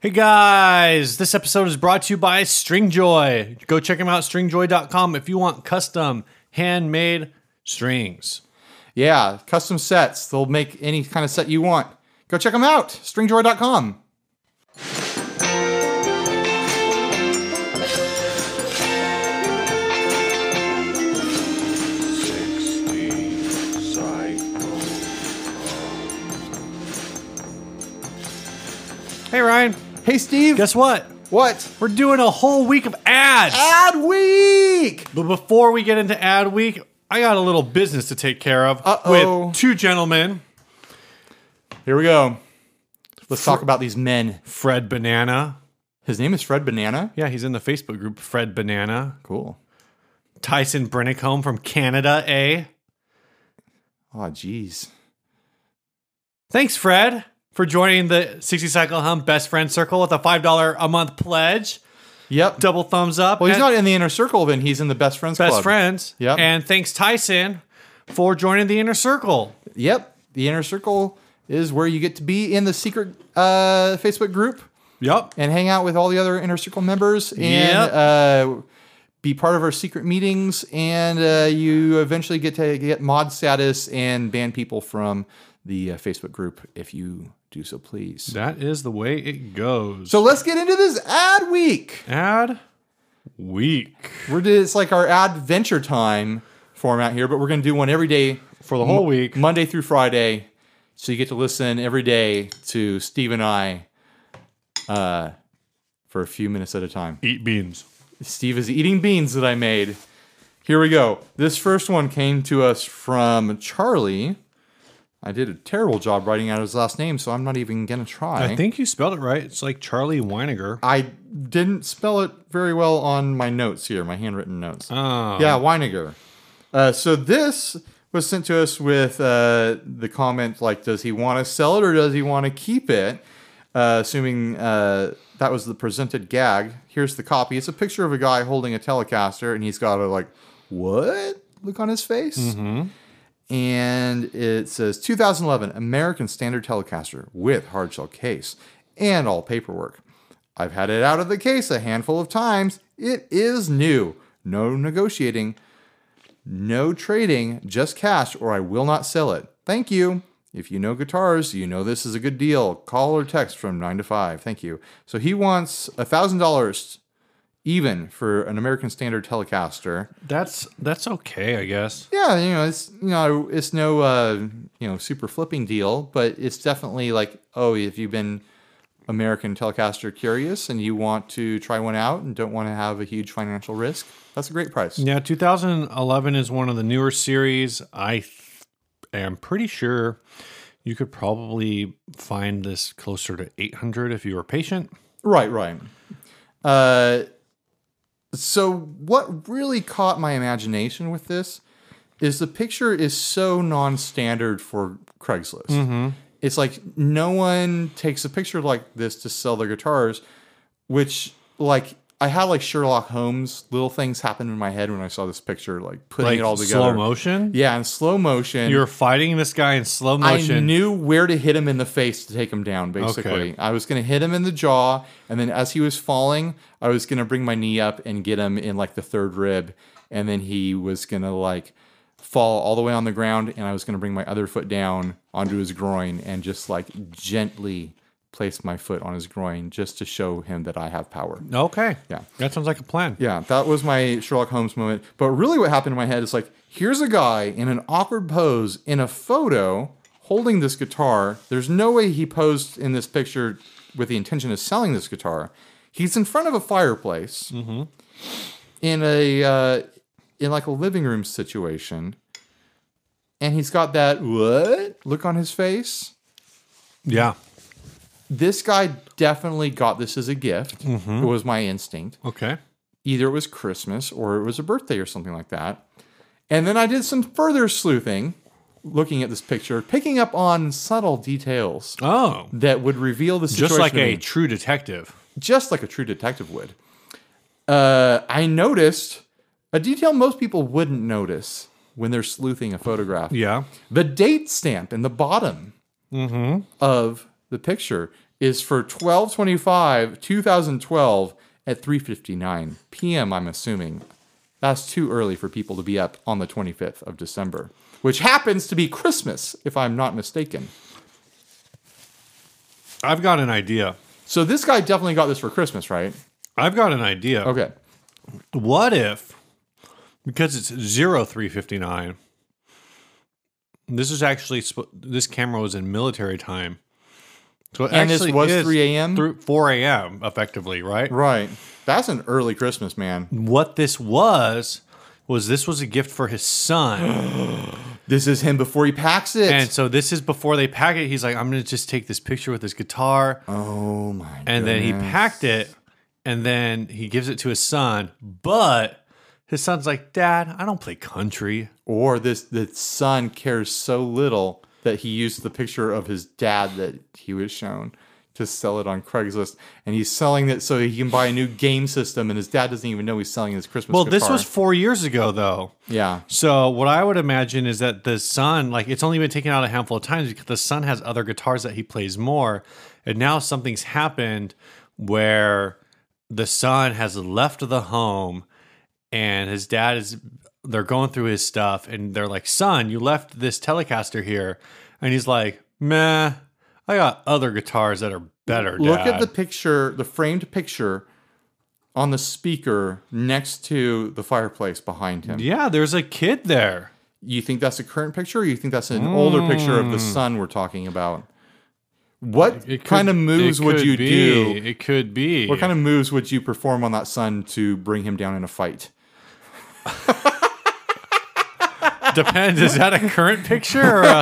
Hey guys, this episode is brought to you by Stringjoy. Go check them out, stringjoy.com, if you want custom handmade strings. Yeah, custom sets. They'll make any kind of set you want. Go check them out. Stringjoy.com. Hey Ryan, Hey, Steve. guess what? what? We're doing a whole week of ads. Ad week. But before we get into ad week, I got a little business to take care of Uh-oh. with two gentlemen, Here we go. Let's talk about these men. Fred Banana. His name is Fred Banana. Yeah, he's in the Facebook group Fred Banana. Cool. Tyson Brennicombe from Canada, eh? Oh, geez. Thanks, Fred, for joining the 60 Cycle Hump Best Friend Circle with a $5 a month pledge. Yep. Double thumbs up. Well, he's And not in the inner circle, then he's in the best friends best club. friends. Yep. And thanks, Tyson, for joining the inner circle. Yep. The inner circle is where you get to be in the secret uh, Facebook group Yep. and hang out with all the other inner circle members and Yep. uh, be part of our secret meetings and uh, you eventually get to get mod status and ban people from the uh, facebook group if you do so please That is the way it goes. so let's get into this ad week ad week. we're do- it's like our adventure time format here but we're going to do one every day For the whole week. monday through friday so you get to listen every day to steve and i uh, for a few minutes at a time Eat beans. Steve is eating beans that I made. Here we go. This first one came to us from Charlie. I did a terrible job writing out his last name, so I'm not even gonna try. I think you spelled it right. It's like Charlie Weiniger. I didn't spell it very well on my notes here, my handwritten notes. Oh. Yeah, Weiniger. Uh, so this was sent to us with uh, the comment like, does he want to sell it or does he want to keep it? Uh, assuming uh, that was the presented gag. Here's the copy. It's a picture of a guy holding a Telecaster, and he's got a like, what look on his face. And it says 2011 American Standard Telecaster with hardshell case and all paperwork. I've had it out of the case a handful of times. It is new. No negotiating. No trading, just cash, or I will not sell it. Thank you. If you know guitars, you know this is a good deal. Call or text from nine to five. Thank you. So he wants a thousand dollars even for an American Standard Telecaster. That's that's okay, I guess. Yeah, you know, it's you know, it's no uh, you know, super flipping deal, but it's definitely like, oh, if you've been American Telecaster curious and you want to try one out and don't want to have a huge financial risk, that's a great price. Yeah, 2011 is one of the newer series. I th- am pretty sure you could probably find this closer to 800 if you were patient. Right, right. Uh, so what really caught my imagination with this is the picture is so non-standard for Craigslist. Mm-hmm. It's like no one takes a picture like this to sell their guitars, which like I had like Sherlock Holmes little things happen in my head when I saw this picture, like putting Like it all together. slow motion. Yeah, in slow motion. You're fighting this guy in slow I motion. knew where to hit him in the face to take him down, basically. Okay. I was going to hit him in the jaw, and then as he was falling, I was going to bring my knee up and get him in like the third rib, and then he was going to like fall all the way on the ground, and I was going to bring my other foot down onto his groin and just like gently place my foot on his groin just to show him that I have power. okay. Yeah. That sounds like a plan. Yeah, that was my Sherlock Holmes moment. But really, what happened in my head is like, here's a guy in an awkward pose in a photo holding this guitar. There's no way he posed in this picture with the intention of selling this guitar. He's in front of a fireplace in a uh, in like a living room situation, and he's got that what look on his face Yeah. this guy definitely got this as a gift. It was my instinct. Okay. Either it was Christmas or it was a birthday or something like that. And then I did some further sleuthing, looking at this picture, picking up on subtle details Oh, that would reveal the situation. just like to a me, true detective. just like a true detective would. Uh, I noticed a detail most people wouldn't notice when they're sleuthing a photograph Yeah. the date stamp in the bottom of the picture is for 1225 2012 at 3:59 p.m. I'm assuming. That's too early for people to be up on the 25th of December, which happens to be Christmas if I'm not mistaken. I've got an idea. So this guy definitely got this for Christmas, right? I've got an idea. Okay. What if, because it's zero three fifty nine, this is actually sp- this camera was in military time, so it And this actually was is 3 a.m.? through four a.m. effectively, right? Right. That's an early Christmas, man. What this was was this was a gift for his son, This is him before he packs it. and so this is before they pack it. He's like, I'm gonna just take this picture with his guitar, oh my. and then he packed it, and then he gives it to his son, but. His son's like, Dad, I don't play country. Or this the son cares so little that he used the picture of his dad that he was shown to sell it on Craigslist, and he's selling it so he can buy a new game system, and his dad doesn't even know he's selling his Christmas. Well, this guitar. was four years ago, though. yeah. So what I would imagine is that the son, like it's only been taken out a handful of times because the son has other guitars that he plays more, and now something's happened where the son has left the home, and his dad is they're going through his stuff, and they're like, "Son, you left this Telecaster here," and he's like, "Meh, I got other guitars that are better." Look Dad." at the picture, the framed picture on the speaker next to the fireplace behind him. yeah, there's a kid there. You think that's a current picture or you think that's an older picture of the sun we're talking about? What Hmm. It could- kind of moves it would could you be. do? It could be. What kind of moves would you perform on that sun to bring him down in a fight? Depends. Is that a current picture? Or a,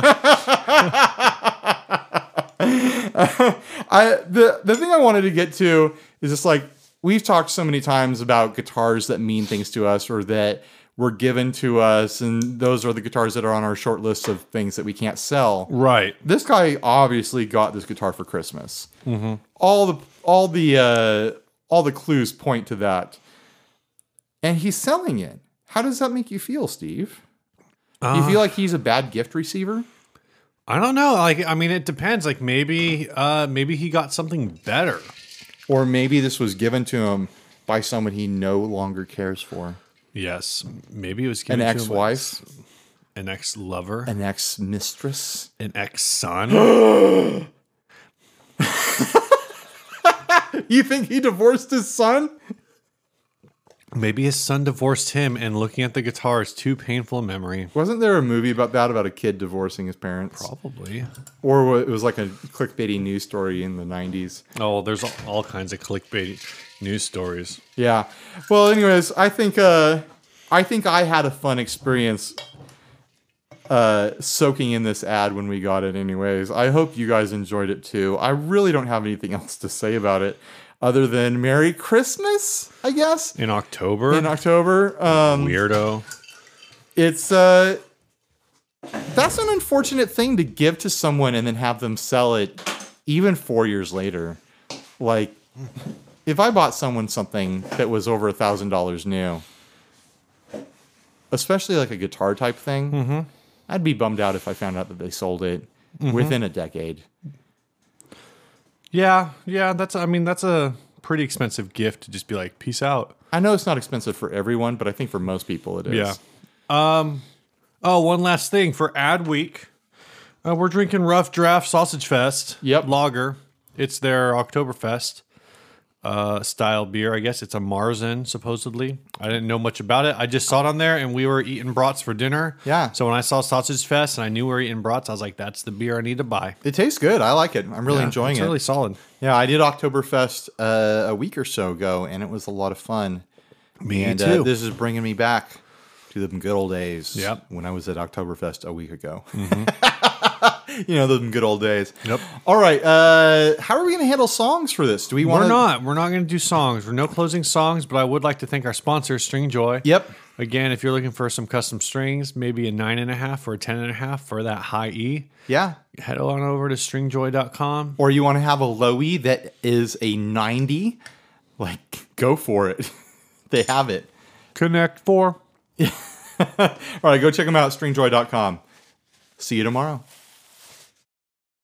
I the the thing I wanted to get to is just like we've talked so many times about guitars that mean things to us or that were given to us, and those are the guitars that are on our short list of things that we can't sell. right. This guy obviously got this guitar for Christmas. All the all the uh, all the clues point to that, and he's selling it. How does that make you feel, Steve? Do you feel like he's a bad gift receiver? I don't know. Like, I mean, it depends. Like, maybe, uh, maybe he got something better. Or maybe this was given to him by someone he no longer cares for. Yes. Maybe it was given An to him ex wife, by an ex lover, an ex mistress. an ex son. You think he divorced his son? maybe his son divorced him, and looking at the guitar is too painful a memory. Wasn't there a movie about that, about a kid divorcing his parents? Probably. Or wa- it was like a clickbaity news story in the 90s. Oh, there's all, all kinds of clickbait news stories. Yeah. Well, anyways, I think uh, I think I had a fun experience uh, soaking in this ad when we got it. Anyways, I hope you guys enjoyed it too. I really don't have anything else to say about it, other than Merry Christmas, I guess. In October, In October, um, weirdo. it's uh, that's an unfortunate thing to give to someone and then have them sell it, even four years later. Like, if I bought someone something that was over a thousand dollars new, especially like a guitar type thing, Mm-hmm. I'd be bummed out if I found out that they sold it within a decade. Yeah, yeah. That's. I mean, that's a pretty expensive gift to just be like, peace out. I know it's not expensive for everyone, but I think for most people it is. Yeah. Um. Oh, one last thing for Ad Week, uh, we're drinking Rough Draft Sausage Fest. Yep. Lager. It's their Oktoberfest uh, style beer. I guess it's a Marzen supposedly. I didn't know much about it. I just saw it on there, and we were eating brats for dinner. Yeah. So when I saw Sausage Fest and I knew we were eating brats, I was like, "That's the beer I need to buy." It tastes good. I like it. I'm really Yeah, enjoying it's it. Really solid. Yeah, I did Oktoberfest uh, a week or so ago, and it was a lot of fun. Me and Uh, this is bringing me back to the good old days Yep. Mm-hmm. when I was at Oktoberfest a week ago. you know, those good old days. Yep. All right. Uh, how are we going to handle songs for this? Do we want We're not. We're not going to do songs. We're no closing songs, but I would like to thank our sponsor, String Joy. Yep. Again, if you're looking for some custom strings, maybe a nine and a half or a ten and a half for that high E, Yeah. head on over to stringjoy.com. Or you want to have a lowy that is a 90? Like, go for it. they have it. Connect four. All right. Go check them out, stringjoy.com. See you tomorrow.